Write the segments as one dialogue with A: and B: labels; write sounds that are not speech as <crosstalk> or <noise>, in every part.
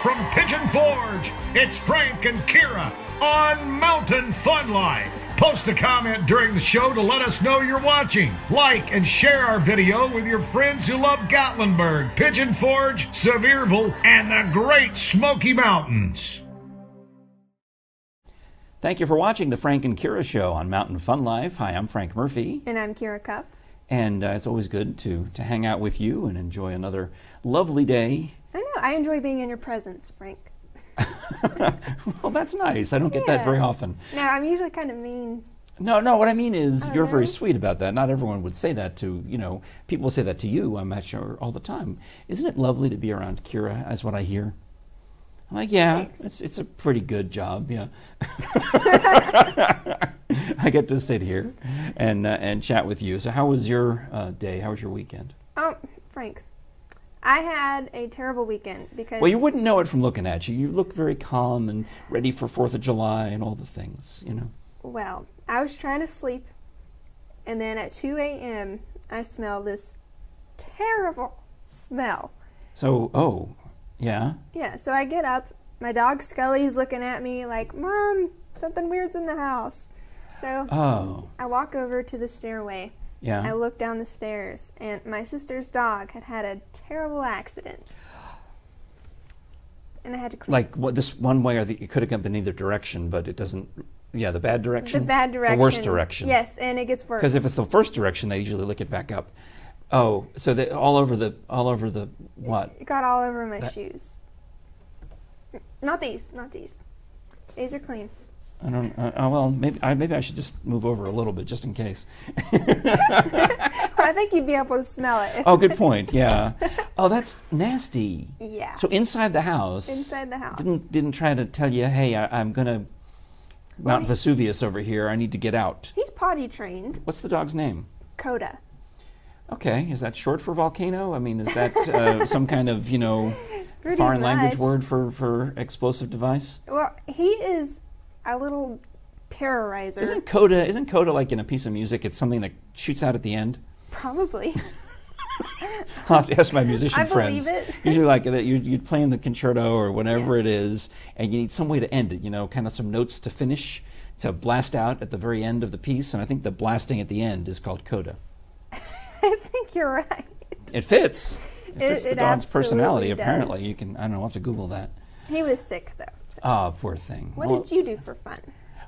A: from Pigeon Forge, it's Frank and Kira on Mountain Fun Life. Post a comment during the show to let us know you're watching. Like and share our video with your friends who love Gatlinburg, Pigeon Forge, Sevierville, and the Great Smoky Mountains.
B: Thank you for watching the Frank and Kira Show on Mountain Fun Life. Hi, I'm Frank Murphy.
C: And I'm Kira Cup.
B: And uh, it's always good to, to hang out with you and enjoy another lovely day.
C: I know. I enjoy being in your presence, Frank.
B: well, that's nice. I don't get that
C: Yeah.
B: very often.
C: No, I'm usually kind of mean.
B: No, no, what I mean is you're very
C: really?
B: sweet about that. Not everyone would say that to, you know, people say that to you, I'm not sure, all the time. Isn't it lovely to be around Kira, is what I hear? I'm like, yeah,
C: Thanks.
B: it's, it's a pretty good job, yeah. <laughs> I get to sit here and, uh, and chat with you. So, how was your uh, day? How was your weekend?
C: Um, Frank, I had a terrible weekend because
B: Well, you wouldn't know it from looking at you. You look very calm and ready for Fourth of July and all the things, you know.
C: well, I was trying to sleep, and then at 2 a.m. I smelled this terrible smell.
B: So, oh, yeah.
C: Yeah, so I get up. My dog Scully's looking at me like, "Mom, something weird's in the house." So
B: Oh,
C: I walk over to the stairway.
B: yeah.
C: I look down the stairs, and my sister's dog had had a terrible accident. And I had to clean
B: like what this one way or the it could have gone in either direction, but it doesn't. Yeah, the bad
C: the
B: direction.
C: bad direction.
B: The worst direction.
C: Yes, and it gets worse.
B: Because if it's the first direction, they usually lick it back up. Oh, so they all over the all over the what?
C: it got all over my shoes. Not these, not these. These are clean.
B: I don't. Uh, oh, well, maybe I maybe I should just move over a little bit just in case.
C: I think you'd be able to smell it. If,
B: Oh, good point. Yeah.
C: <laughs>
B: Oh, that's nasty.
C: Yeah.
B: So inside the house.
C: Inside the house.
B: Didn't didn't try to tell you, hey, I, I'm gonna Mount Vesuvius over here. I need to get out.
C: He's potty trained.
B: What's the dog's name?
C: Coda.
B: Okay, is that short for volcano? I mean, is that
C: <laughs>
B: uh, some kind of you know
C: Pretty
B: foreign language
C: much.
B: word for for explosive device?
C: Well, he is a little terrorizer.
B: Isn't coda isn't coda like in a piece of music? It's something that shoots out at the end. <laughs>
C: Probably. <laughs>
B: I'll have to ask my musician
C: I believe
B: friends.
C: it. <laughs>
B: Usually, like that, you're, you're playing the concerto or whatever it is, and you need some way to end it. You know, kind of some notes to finish to blast out at the very end of the piece. And I think the blasting at the end is called coda.
C: I think you're right.
B: It fits. It
C: It-
B: fits the
C: it
B: dog's personality.
C: absolutely
B: Apparently,
C: does.
B: you can. I don't know. I'll have to Google that.
C: He was sick though. So.
B: Ah, poor thing.
C: What
B: Well-
C: did you do for fun?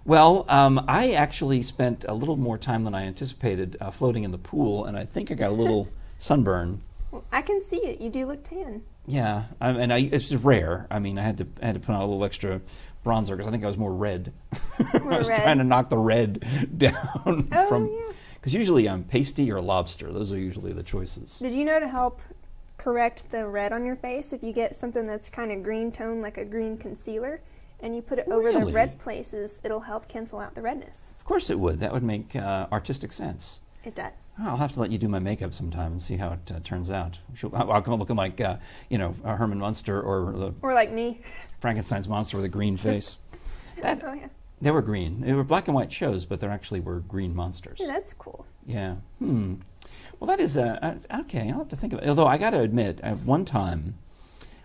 B: Well, um, I actually spent a little more time than I anticipated uh, floating in the pool, and I think I got a
C: <laughs>
B: little sunburn.
C: Well, I can see it. You do look tan.
B: Yeah, I, and I, it's just rare. I mean, I had to I had to put on a little extra bronzer because I think I was more red. <laughs> I
C: More
B: was
C: red.
B: trying to knock the red <laughs> down
C: Oh,
B: from
C: yeah.
B: because usually I'm pasty or lobster. Those are usually the choices.
C: Did you know to help correct the red on your face if you get something that's kind of green tone, like a green concealer, and you put it over
B: Really?
C: the red places, it'll help cancel out the redness.
B: Of course, it would. That would make uh, artistic sense.
C: It does.
B: I'll have to let you do my makeup sometime and see how it uh, turns out. She'll- I'll I'll come up looking like uh, you know uh, Herman Munster or the
C: Or like me. <laughs>
B: Frankenstein's monster with a green face. That,
C: Oh yeah.
B: <laughs> they were green. They were black and white shows, but there actually were green monsters.
C: Yeah, that's cool.
B: Yeah. Hmm. Well, that is uh, uh, okay. I'll have to think of it. Although I got to admit, at one time,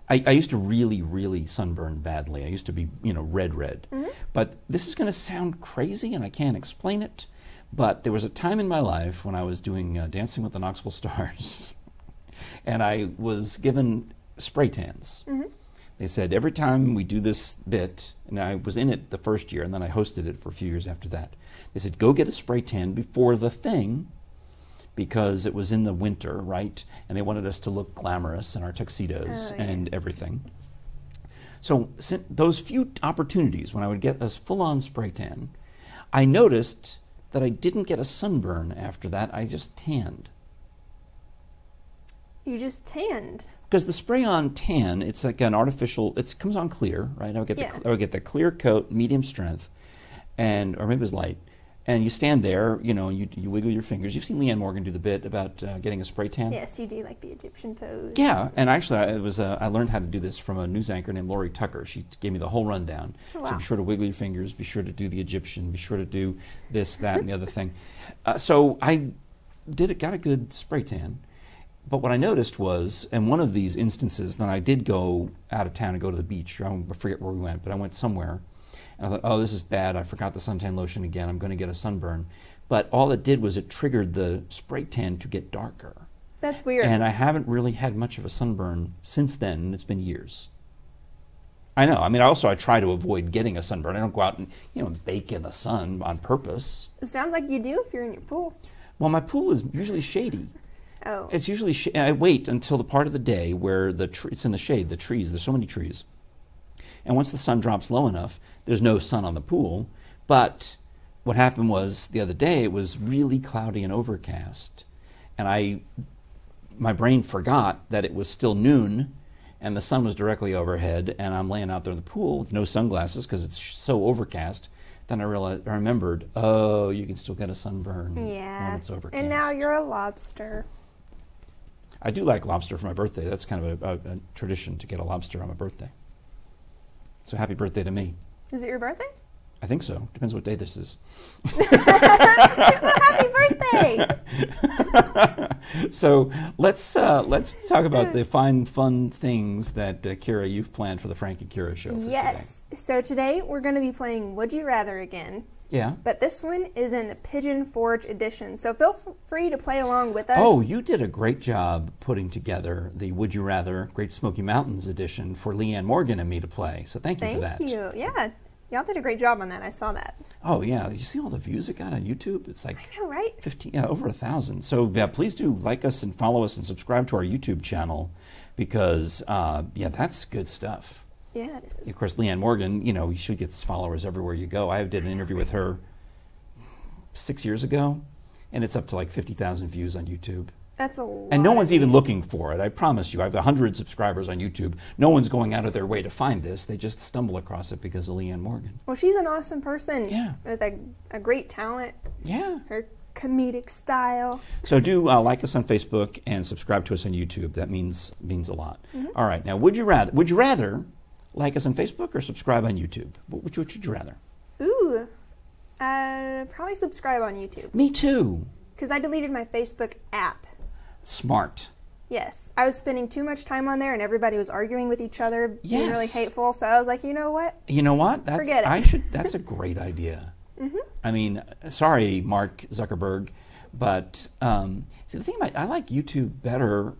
B: I, I used to really, really sunburn badly. I used to be, you know, red, red. But this is going to sound crazy, and I can't explain it. But there was a time in my life when I was doing uh, Dancing with the Knoxville Stars, <laughs> and I was given spray tans.
C: Mm-hmm.
B: They said every time we do this bit, and I was in it the first year, and then I hosted it for a few years after that. They said go get a spray tan before the thing, because it was in the winter, right? And they wanted us to look glamorous in our tuxedos
C: Oh,
B: and
C: yes.
B: everything. So sin- those few opportunities when I would get a full-on spray tan, I noticed that I didn't get a sunburn after that. I just tanned.
C: You just tanned.
B: because the spray on tan it's like an artificial it comes on clear right i would get
C: Yeah.
B: the, i would get the clear coat medium strength and or maybe it was light and you stand there you know and you, you wiggle your fingers you've seen leanne morgan do the bit about uh, getting a spray tan
C: Yes, you do like the Egyptian pose.
B: yeah, and actually, I, it was uh, I learned how to do this from a news anchor named Lori Tucker. She gave me the whole rundown.
C: Oh,
B: So
C: wow.
B: be sure to wiggle your fingers. Be sure to do the Egyptian. Be sure to do
C: <laughs>
B: this, that, and the other thing. Uh, so I did it. Got a good spray tan, But what I noticed was, in one of these instances, that I did go out of town and go to the beach. I don't- I forget where we went, but I went somewhere. And I thought, oh, this is bad. I forgot the suntan lotion again. I'm going to get a sunburn. But all it did was it triggered the spray tan to get darker.
C: That's weird.
B: And I haven't really had much of a sunburn since then, and it's been years. I know. I mean, also I try to avoid getting a sunburn. I don't go out and you know bake in the sun on purpose.
C: it sounds like you do if you're in your pool.
B: Well, my pool is usually shady.
C: Oh.
B: It's usually sh- I wait until the part of the day where the tr- it's in the shade, the trees. There's so many trees, and once the sun drops low enough, there's no sun on the pool. But what happened was the other day it was really cloudy and overcast, and I my brain forgot that it was still noon and the sun was directly overhead and i'm laying out there in the pool with no sunglasses because it's sh- so overcast then i realized i remembered oh you can still get a sunburn
C: yeah.
B: when it's overcast
C: and now you're a lobster.
B: i do like lobster for my birthday that's kind of a, a, a tradition to get a lobster on my birthday so happy birthday to me
C: Is it your birthday?
B: i think so depends what day this is <laughs>
C: Well, happy
B: <laughs>
C: birthday!
B: so let's uh, let's talk about the fine fun things that uh, kira you've planned for the frank and kira show for today.
C: yes. So today we're going to be playing Would You Rather again,
B: yeah
C: but this one is in the Pigeon Forge edition. So feel f- free to play along with us.
B: Oh, you did a great job putting together the Would You Rather Great Smoky Mountains edition for Leanne Morgan and me to play. So thank you for that.
C: Thank you. Yeah. Y'all did a great job on that. I saw that.
B: Oh yeah, you see all the views it got on YouTube? It's like
C: All right.
B: fifteen, yeah, over a thousand. So yeah, please do like us and follow us and subscribe to our YouTube channel because uh, yeah, that's good stuff.
C: Yeah, it is.
B: Of course, Leanne Morgan, you know, you should get followers everywhere you go. I did an interview with her six years ago, and it's up to like fifty thousand views on YouTube.
C: That's a lot.
B: And no
C: of
B: one's even
C: views.
B: looking for it. I promise you. I have 100 subscribers on YouTube. No one's going out of their way to find this. They just stumble across it because of Leanne Morgan.
C: Well, she's an awesome person.
B: Yeah.
C: With a, a great talent,
B: Yeah.
C: her comedic style.
B: So do uh, like us on Facebook and subscribe to us on YouTube. That means means a lot. All right. Now, would you rather would you rather like us on Facebook or subscribe on YouTube? Wh- Which which would you rather?
C: Ooh. Uh, probably subscribe on YouTube
B: Me too.
C: because I deleted my Facebook app.
B: Smart.
C: Yes, I was spending too much time on there, and everybody was arguing with each other, being really
B: Yes.
C: hateful. So I was like, you know what?
B: You know what? That's,
C: Forget it. Mm-hmm.
B: I should. That's a great
C: <laughs>
B: idea. I mean, sorry, Mark Zuckerberg, but um, see the thing about I like YouTube better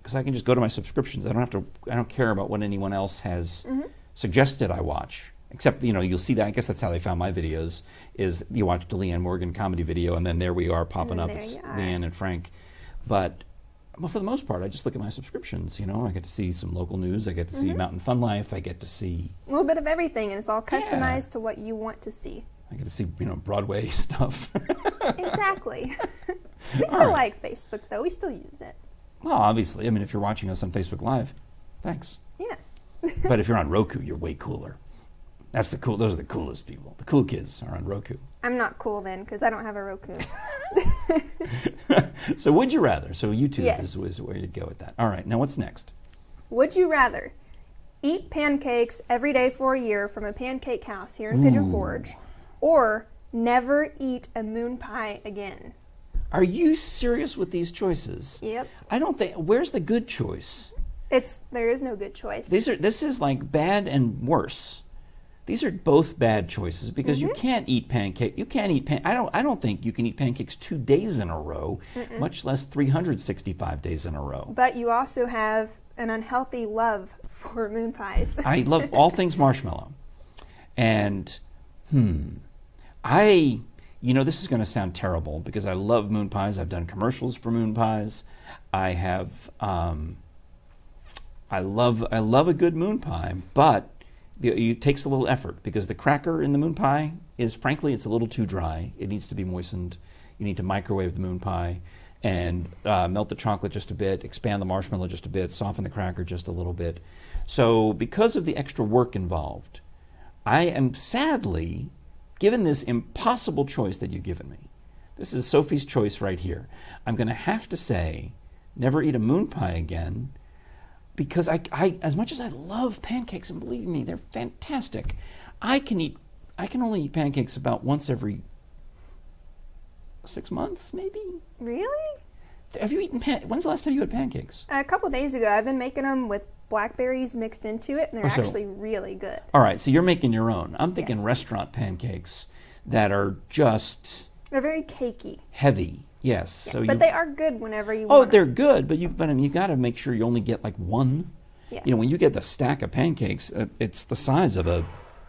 B: because I can just go to my subscriptions. I don't have to. I don't care about what anyone else has
C: Mm-hmm.
B: suggested I watch. Except you know you'll see that. I guess that's how they found my videos. Is you watch the Leanne Morgan comedy video, and then there we are popping
C: And
B: up.
C: there
B: It's
C: you are.
B: Leanne and Frank, but well, for the most part, I just look at my subscriptions. You know, I get to see some local news. I get to
C: Mm-hmm.
B: see Mountain Fun Life. I get to see
C: A little bit of everything, and it's all customized to what you want to see.
B: I get to see you know Broadway <laughs> stuff.
C: Exactly. we
B: All
C: still
B: right.
C: like Facebook, though. We still use it.
B: well, obviously, I mean, if you're watching us on Facebook Live, thanks.
C: Yeah.
B: But if you're on Roku, you're way cooler. That's the cool. Those are the coolest people. The cool kids are on Roku.
C: I'm not cool then because I don't have a Roku.
B: So would you rather? So YouTube is,
C: Yes.
B: is where you'd go with that. All right. Now what's next?
C: Would you rather eat pancakes every day for a year from a pancake house here in Pigeon Forge or never eat a moon pie again?
B: Are you serious with these choices?
C: Yep.
B: I don't think. Where's the good choice?
C: It's there is no good choice.
B: These are. This is like bad and worse. These are both bad choices because you can't eat pancake. You can't eat pan. I don't. I don't think you can eat pancakes two days in a row, much less 365 days in a row.
C: but you also have an unhealthy love <laughs> for
B: <laughs>
C: moon pies.
B: I love all things marshmallow, and hmm, I. You know, this is going to sound terrible because I love moon pies. I've done commercials for moon pies. I have. Um, I love I love a good moon pie, but the, it takes a little effort because the cracker in the moon pie is frankly it's a little too dry. It needs to be moistened. You need to microwave the moon pie and uh, melt the chocolate just a bit, expand the marshmallow just a bit, soften the cracker just a little bit. So because of the extra work involved, I am sadly given this impossible choice that you've given me. This is Sophie's choice right here. I'm going to have to say, never eat a moon pie again because I, I as much as I love pancakes and believe me, they're fantastic. I can eat I can only eat pancakes about once every six months, maybe.
C: really?
B: Have you eaten? Pan- When's the last time you had pancakes?
C: A couple days ago, I've been making them with blackberries mixed into it, and they're
B: Oh, so-
C: actually really good.
B: All right, so you're making your own. I'm thinking
C: Yes.
B: restaurant pancakes that are just
C: They're very cakey,
B: heavy. Yes. so
C: but
B: you,
C: they are good whenever you
B: Oh,
C: want. 'em.
B: they're good, but you but I mean, you got to make sure you only get like one.
C: Yeah.
B: You know, when you get the stack of pancakes, uh, it's the size of a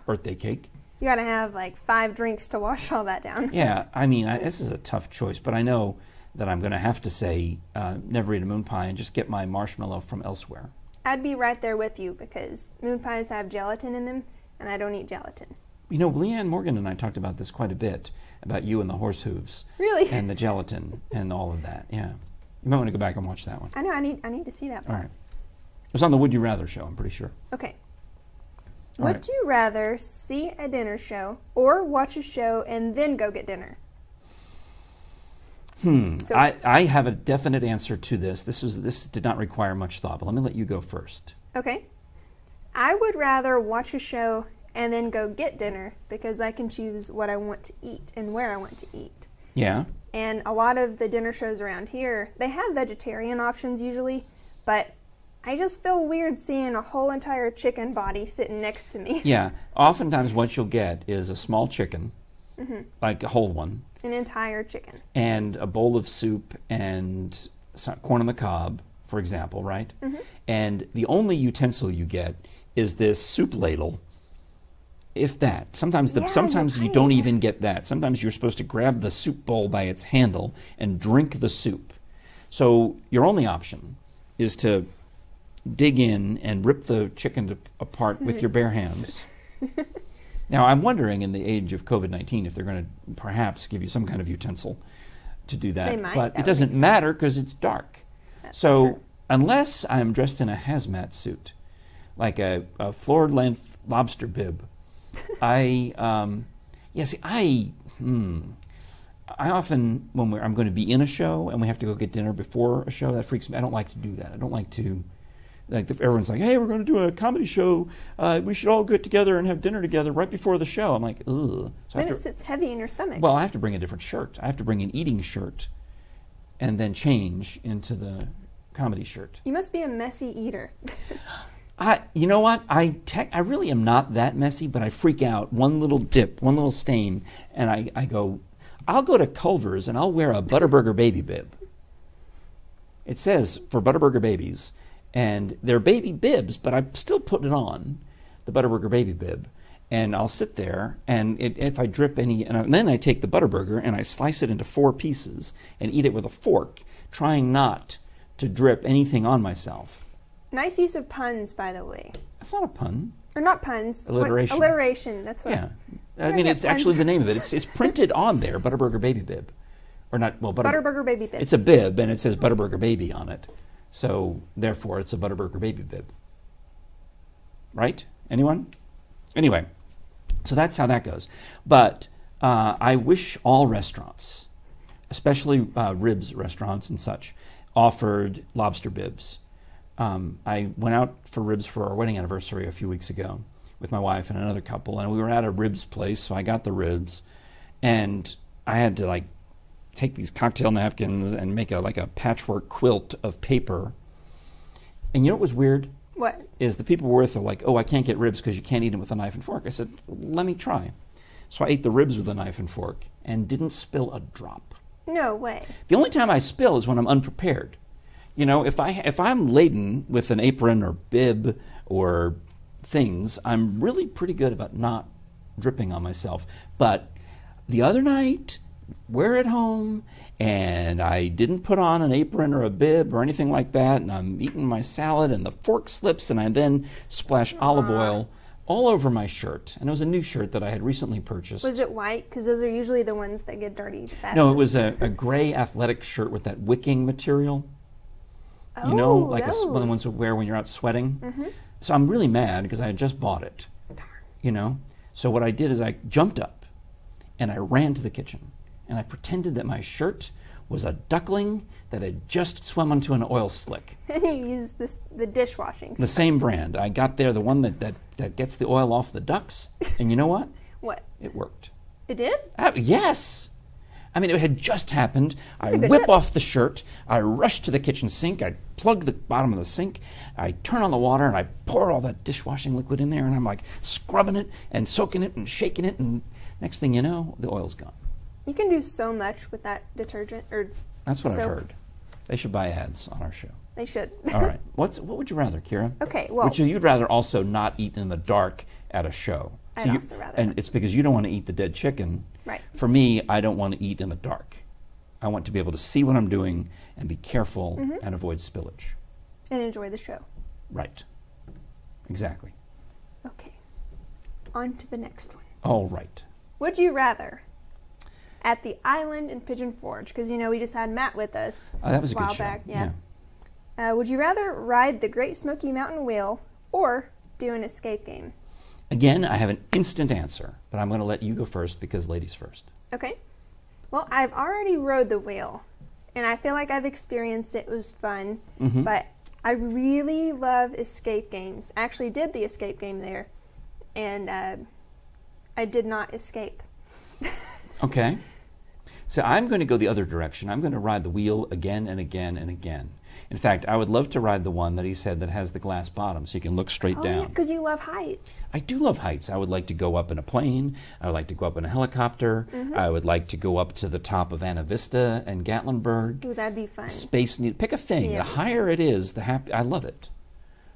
B: birthday cake.
C: You gotta have like five drinks to wash all that down.
B: Yeah, I mean, I, this is a tough choice, but I know that I'm going to have to say uh, never eat a moon pie and just get my marshmallow from elsewhere.
C: I'd be right there with you because moon pies have gelatin in them, and I don't eat gelatin.
B: You know, Leanne Morgan and I talked about this quite a bit about you and the horse hooves.
C: Really?
B: And the gelatin and all of that. Yeah. You might want to go back and watch that one.
C: I know I need I need to see that.
B: All
C: One.
B: right. It was on the Would You Rather show, I'm pretty sure.
C: Okay.
B: All
C: Would
B: right.
C: you rather see a dinner show or watch a show and then go get dinner? Hmm. So
B: I, I have a definite answer to this. This was this did not require much thought, but let me let you go first.
C: okay, I would rather watch a show and then go get dinner because I can choose what I want to eat and where I want to eat.
B: Yeah.
C: And a lot of the dinner shows around here, they have vegetarian options usually, but I just feel weird seeing a whole entire chicken body sitting next to me.
B: Yeah. Oftentimes what you'll get is a small chicken,
C: Mm-hmm.
B: like a whole one,
C: <laughs> An entire chicken.
B: and a bowl of soup and some corn on the cob, for example, right?
C: Mm-hmm.
B: And the only utensil you get is this soup ladle, if that. Sometimes the
C: Yeah, you're
B: sometimes you
C: right.
B: don't even get that. Sometimes you're supposed to grab the soup bowl by its handle and drink the soup. So your only option is to dig in and rip the chicken to, apart
C: <laughs>
B: with your bare hands. Now, I'm wondering in the age of COVID 19 if they're going to perhaps give you some kind of utensil to do that.
C: They might.
B: But
C: That
B: it
C: would
B: doesn't
C: make sense.
B: matter because it's dark. so,
C: true.
B: unless I'm dressed in a hazmat suit, like a, a floor length lobster
C: <laughs>
B: bib, I, um, yeah, see, I, hmm. I often, when we're, I'm going to be in a show and we have to go get dinner before a show, that freaks me. I don't like to do that. I don't like to, like, if everyone's like, hey, we're going to do a comedy show. Uh, we should all get together and have dinner together right before the show. I'm like, ugh. So I have
C: Then it
B: to,
C: sits heavy in your stomach.
B: well, I have to bring a different shirt. I have to bring an eating shirt and then change into the comedy shirt.
C: you must be a messy eater. <laughs>
B: I, you know what? I tech, I really am not that messy, but I freak out. One little dip, one little stain, and I, I go, I'll go to Culver's and I'll wear a Butterburger baby bib. It says for Butterburger babies, and they're baby bibs, but I still put it on, the Butterburger baby bib, and I'll sit there, and it, if I drip any, and, I, then I take the Butterburger and I slice it into four pieces and eat it with a fork, trying not to drip anything on myself.
C: nice use of puns, by the way.
B: That's not a pun.
C: Or not puns. what-
B: Alliteration.
C: alliteration, that's what.
B: Yeah. I
C: Right,
B: mean,
C: yeah,
B: it's actually
C: puns.
B: the name of it. It's,
C: <laughs>
B: it's printed on there, Butterburger Baby Bib. Or not, well, Butter,
C: Butterburger baby bib.
B: It's a bib, and it says Butterburger Baby on it. So, therefore, it's a Butterburger Baby Bib. Right? Anyone? Anyway, so that's how that goes. But uh, I wish all restaurants, especially uh, ribs restaurants and such, offered lobster bibs. Um, I went out for ribs for our wedding anniversary a few weeks ago with my wife and another couple, and we were at a ribs place, so I got the ribs, and I had to like take these cocktail napkins and make a like a patchwork quilt of paper. And you know what was weird?
C: what?
B: is the people we're with are like, oh, I can't get ribs because you can't eat them with a knife and fork. I said, let me try. So I ate the ribs with a knife and fork and didn't spill a drop.
C: No way.
B: The only time I spill is when I'm unprepared. You know, if I if I'm laden with an apron or bib or things, I'm really pretty good about not dripping on myself. But the other night, we're at home and I didn't put on an apron or a bib or anything like that, and I'm eating my salad and the fork slips and I then splash olive oil all over my shirt. And it was a new shirt that I had recently purchased.
C: Was it white? Because those are usually the ones that get dirty fast.
B: No, it was a, a gray athletic shirt with that wicking material. You know,
C: Oh,
B: like a s one of the ones
C: those. Mm-hmm.
B: you wear when you're out sweating. So I'm really mad because I had just bought it. You know? So what I did is I jumped up and I ran to the kitchen and I pretended that my shirt was a duckling that had just swum onto an oil slick.
C: <laughs> And you use this, the dishwashing. <laughs>
B: The same brand. I got there, the one that, that, that gets the oil off the ducks. And you know what?
C: What?
B: It worked.
C: It did?
B: Uh, Oh, yes. I mean, it had just happened. I
C: a good
B: whip
C: tip.
B: off the shirt. I rush to the kitchen sink. I plug the bottom of the sink. I turn on the water and I pour all that dishwashing liquid in there. And I'm like scrubbing it and soaking it and shaking it. And next thing you know, the oil's gone.
C: You can do so much with that detergent or
B: That's what I've
C: soap.
B: heard. They should buy ads on our show.
C: They should.
B: All right. What's what would you rather, Kira?
C: Okay, well-
B: Which you'd rather also not eat in the dark at a show.
C: I'd
B: you-
C: also rather
B: And it's because you don't want to eat the dead chicken.
C: Right.
B: For me, I don't want to eat in the dark. I want to be able to see what I'm doing and be careful
C: Mm-hmm.
B: and avoid spillage.
C: <laughs> and enjoy the show.
B: Right. Exactly.
C: Okay. On to the next one.
B: All right.
C: Would you rather at the island in Pigeon Forge? Because you know we just had Matt with us.
B: Oh, that was a
C: while
B: good show.
C: back, yeah. Uh, would you rather ride the Great Smoky Mountain Wheel or do an escape game?
B: Again, I have an instant answer, but I'm going to let you go first because ladies first.
C: Okay. Well, I've already rode the wheel, and I feel like I've experienced it. It was fun,
B: Mm-hmm.
C: but I really love escape games. I actually did the escape game there, and uh, I did not escape.
B: Okay. So I'm going to go the other direction. I'm going to ride the wheel again and again and again. In fact, I would love to ride the one that he said that has the glass bottom so you can look straight
C: Oh,
B: down.
C: because you love heights.
B: I do love heights. I would like to go up in a plane. I would like to go up in a helicopter. I would like to go up to the top of Anna Vista and Gatlinburg.
C: Ooh, that'd be fun.
B: Space need pick a thing.
C: See
B: The
C: everything.
B: higher it is, the happy. I love it.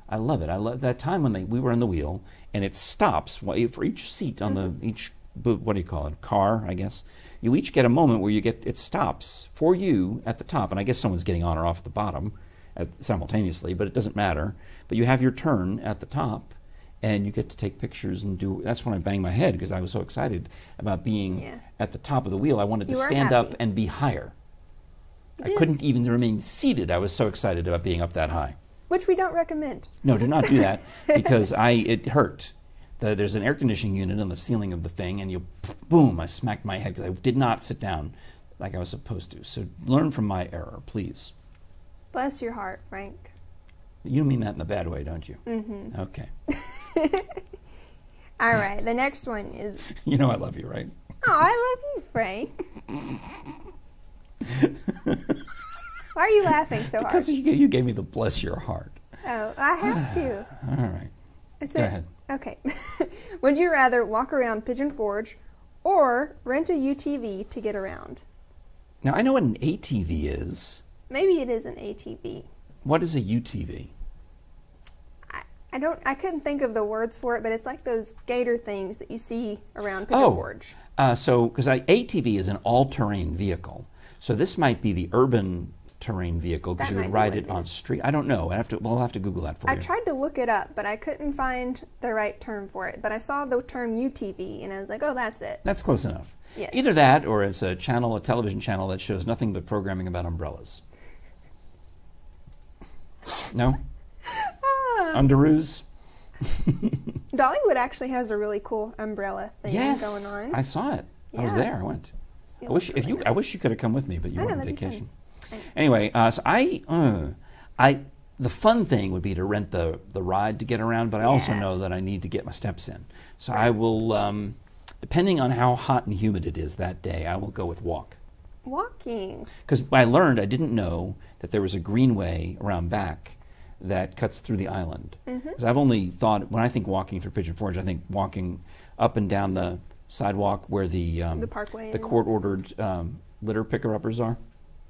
B: I love it. I love that time when they, we were on the wheel and it stops wh- for each seat on
C: Mm-hmm.
B: the each bo- what do you call it car I guess you each get a moment where you get it stops for you at the top and I guess someone's getting on or off at the bottom at, simultaneously but it doesn't matter but you have your turn at the top and you get to take pictures and do that's when I banged my head because I was so excited about being
C: Yeah.
B: at the top of the wheel I wanted
C: You
B: to
C: were
B: stand up
C: happy.
B: and be higher I
C: did.
B: couldn't even remain seated I was so excited about being up that high.
C: Which we don't recommend.
B: No, do not do
C: <laughs>
B: that because I it hurt. The, there's an air conditioning unit on the ceiling of the thing, and you boom, I smacked my head because I did not sit down like I was supposed to. So learn from my error, please.
C: Bless your heart, Frank.
B: You mean that in a bad way, don't you? Mm-hmm. Okay. <laughs>
C: All right, the next one is.
B: You know I love you, right?
C: Oh, I love you, Frank.
B: <laughs>
C: Why are you laughing so hard?
B: Because you, you gave me the bless your heart.
C: Oh, I have to.
B: All right.
C: It's
B: Go
C: a-
B: ahead.
C: Okay. <laughs> Would you rather walk around Pigeon Forge or rent a UTV to get around?
B: Now I know what an ATV is.
C: Maybe it is an ATV.
B: What is a UTV?
C: I, I don't. I couldn't think of the words for it, but it's like those gator things that you see around Pigeon
B: Oh,
C: Forge.
B: Uh, so, because ATV is an all-terrain vehicle, so this might be the urban terrain vehicle because
C: That
B: you
C: might
B: would
C: be
B: ride
C: what
B: it
C: it
B: on
C: is.
B: street. I don't know. I have to. Well, I'll have to Google that for
C: I
B: you.
C: tried to look it up, but I couldn't find the right term for it. But I saw the term UTV, and I was like, "Oh, that's it."
B: That's close enough.
C: Yes.
B: Either that, or it's a channel, a television channel that shows nothing but programming about umbrellas.
C: <laughs>
B: No.
C: Ah.
B: Underoos.
C: Dollywood actually has a really cool umbrella thing
B: Yes.
C: going on.
B: I saw it. I was
C: Yeah.
B: there. I went.
C: It
B: I wish
C: looked
B: if you.
C: really
B: I
C: nice.
B: wish you could have come with me, but you
C: I know,
B: were on
C: that'd be fun.
B: vacation.
C: I know.
B: Anyway, uh, so I, uh, I, the fun thing would be to rent the the ride to get around, but I also
C: Yeah.
B: know that I need to get my steps in. So I will, um, depending on how hot and humid it is that day, I will go with walk.
C: Walking.
B: Because I learned, I didn't know that there was a greenway around back that cuts through the island. Because
C: Mm-hmm.
B: I've only thought, when I think walking through Pigeon Forge, I think walking up and down the sidewalk where the um,
C: The parkway
B: the
C: is.
B: court ordered um, litter picker uppers are.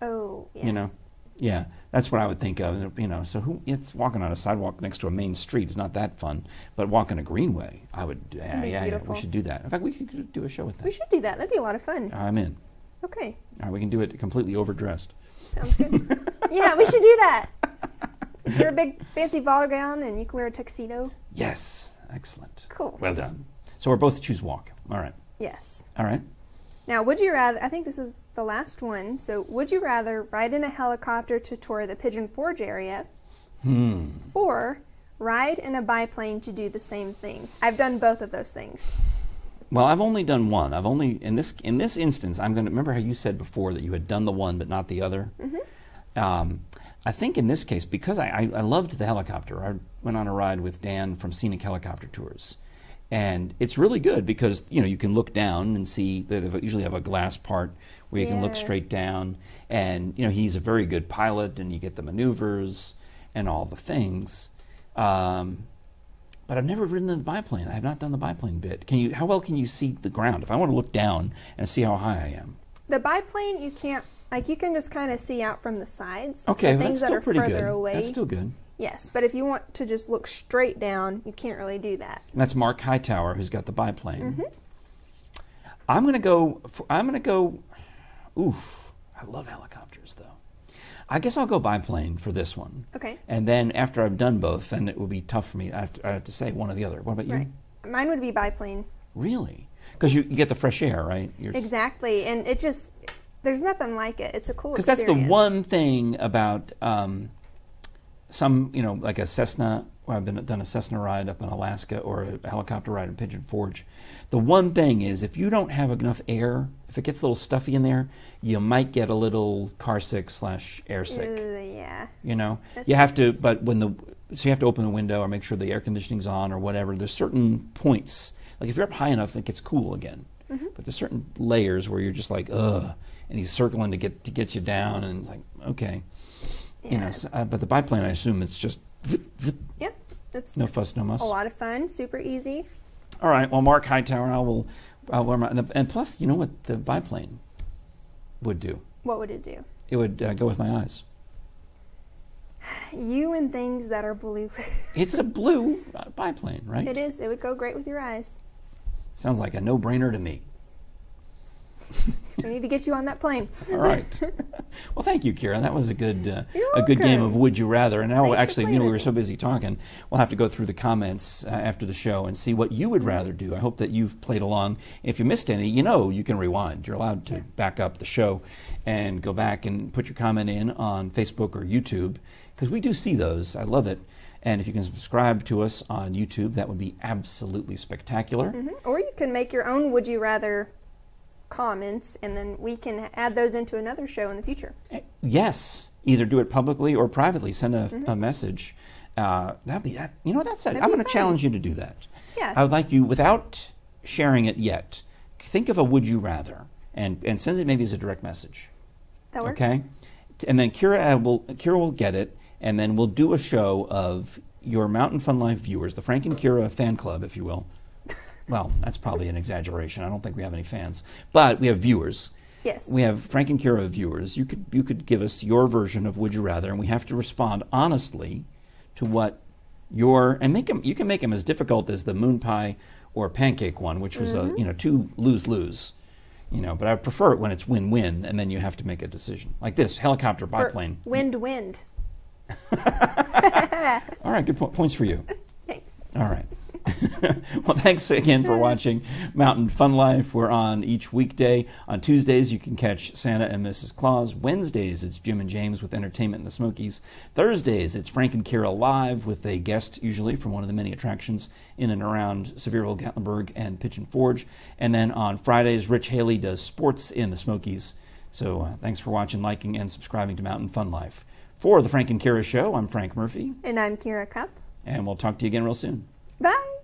C: Oh, yeah.
B: You know, yeah, that's what I would think of. You know, so who? It's walking on a sidewalk next to a main street is not that fun, but walking a greenway, I would. Yeah,
C: be
B: yeah, yeah,
C: beautiful.
B: we should do that. In fact, we could do a show with
C: We
B: that.
C: should do that. That'd be a lot of fun.
B: I'm in.
C: Okay.
B: All right, we can do it completely overdressed.
C: Sounds good. yeah, we should do that. You're a big fancy ball gown and you can wear a tuxedo.
B: Yes, excellent.
C: Cool.
B: Well done. So we're both choose walk. All right.
C: Yes.
B: All right.
C: Now, would you rather? I think this is the last one. So, would you rather ride in a helicopter to tour the Pigeon Forge area
B: Hmm.
C: or ride in a biplane to do the same thing? I've done both of those things.
B: Well, I've only done one. I've only in this in this instance. I'm going to remember how you said before that you had done the one but not the other. Um, I think in this case because I, I, I loved the helicopter. I went on a ride with Dan from Scenic Helicopter Tours, and it's really good because you know you can look down and see they have- usually have a glass part where you can look
C: Yeah.
B: straight down and you know he's a very good pilot and you get the maneuvers and all the things um, but i've never ridden the biplane i have not done the biplane bit can you how well can you see the ground if i want to look down and see how high i am
C: The biplane, you can't like you can just kind of see out from the sides.
B: okay
C: so
B: well,
C: things
B: that's still
C: that are
B: pretty
C: further
B: good
C: away.
B: that's still good
C: yes, but if you want to just look straight down, you can't really do that.
B: And that's Mark Hightower, who's got the biplane.
C: Mm-hmm.
B: I'm gonna go. For, I'm gonna go. Oof! I love helicopters, though. I guess I'll go biplane for this one.
C: Okay.
B: And then after I've done both, then it will be tough for me. I have to, I have to say one or the other. What about you?
C: Right. Mine would be biplane.
B: Really? Because you, you get the fresh air, right? You're,
C: Exactly. And it just there's nothing like it. It's a cool
B: Because
C: experience.
B: that's the one thing about um, some, you know, like a Cessna. Well, I've been done a Cessna ride up in Alaska or a, helicopter ride in Pigeon Forge. The one thing is, if you don't have enough air, if it gets a little stuffy in there, you might get a little car sick slash air sick.
C: Uh, yeah.
B: You know,
C: That's
B: you have to,
C: nice.
B: but when the so you have to open the window or make sure the air conditioning's on or whatever. There's certain points, like if you're up high enough, it gets cool again.
C: Mm-hmm.
B: But there's certain layers where you're just like, ugh, and he's circling to get to get you down, and it's like, okay, you know.
C: Yeah.
B: So, uh, but the biplane, I assume it's just
C: Yep. That's
B: no fuss, no muss.
C: a lot of fun. Super easy.
B: All right, well, Mark Hightower, I will, I will and plus, you know what the biplane would do?
C: What would it do?
B: It would uh, go with my eyes.
C: You and things that are blue. <laughs>
B: It's a blue uh, biplane, right?
C: it is. It would go great with your eyes.
B: Sounds like a no-brainer to me.
C: We need to get you on that plane.
B: All right. well, thank you, Kira. That was a good uh,
C: You're
B: a good game
C: welcome.
B: of Would You Rather. And now,
C: Thanks for
B: actually, you
C: playing
B: know, we
C: with
B: were so
C: me.
B: busy talking, we'll have to go through the comments uh, after the show and see what you would rather do. I hope that you've played along. If you missed any, you know, you can rewind. You're allowed to back up the show and go back and put your comment in on Facebook or YouTube because we do see those. I love it. And if you can subscribe to us on YouTube, that would be absolutely spectacular.
C: Or you can make your own would you rather comments and then we can add those into another show in the future.
B: Yes, either do it publicly or privately. Send a, a message. Uh, that'd be that. You know, that's. it. I'm
C: Mm-hmm. be
B: going to
C: fun.
B: challenge you to do that.
C: Yeah.
B: I would like you, without sharing it yet, think of a would you rather, and and send it maybe as a direct message.
C: That works.
B: Okay. T- And then Kira uh, will Kira will get it, and then we'll do a show of your Mountain Fun Life viewers, the Frank and Kira fan club, if you
C: <laughs>
B: will. Well, that's probably an exaggeration. I don't think we have any fans, but we have viewers.
C: Yes.
B: We have Frank and Kira viewers. You could you could give us your version of Would You Rather, and we have to respond honestly to what your and make them. You can make them as difficult as the moon pie or pancake one, which was a you know two lose lose. You know, but I prefer it when it's win win, and then you have to make a decision like this helicopter
C: Or
B: biplane.
C: Wind, wind.
B: All right, good po- points for you.
C: Thanks.
B: All right. <laughs> well, thanks again for watching Mountain Fun Life. We're on each weekday. On Tuesdays, you can catch Santa and Mrs. Claus. Wednesdays, it's Jim and James with Entertainment in the Smokies. Thursdays, it's Frank and Kira Live with a guest, usually from one of the many attractions in and around Sevierville, Gatlinburg, and Pigeon Forge. And then on Fridays, Rich Haley does Sports in the Smokies. So uh, thanks for watching, liking, and subscribing to Mountain Fun Life. For the Frank and Kira Show, I'm Frank Murphy,
C: And I'm Kira Cup.
B: and we'll talk to you again real soon.
C: Bye.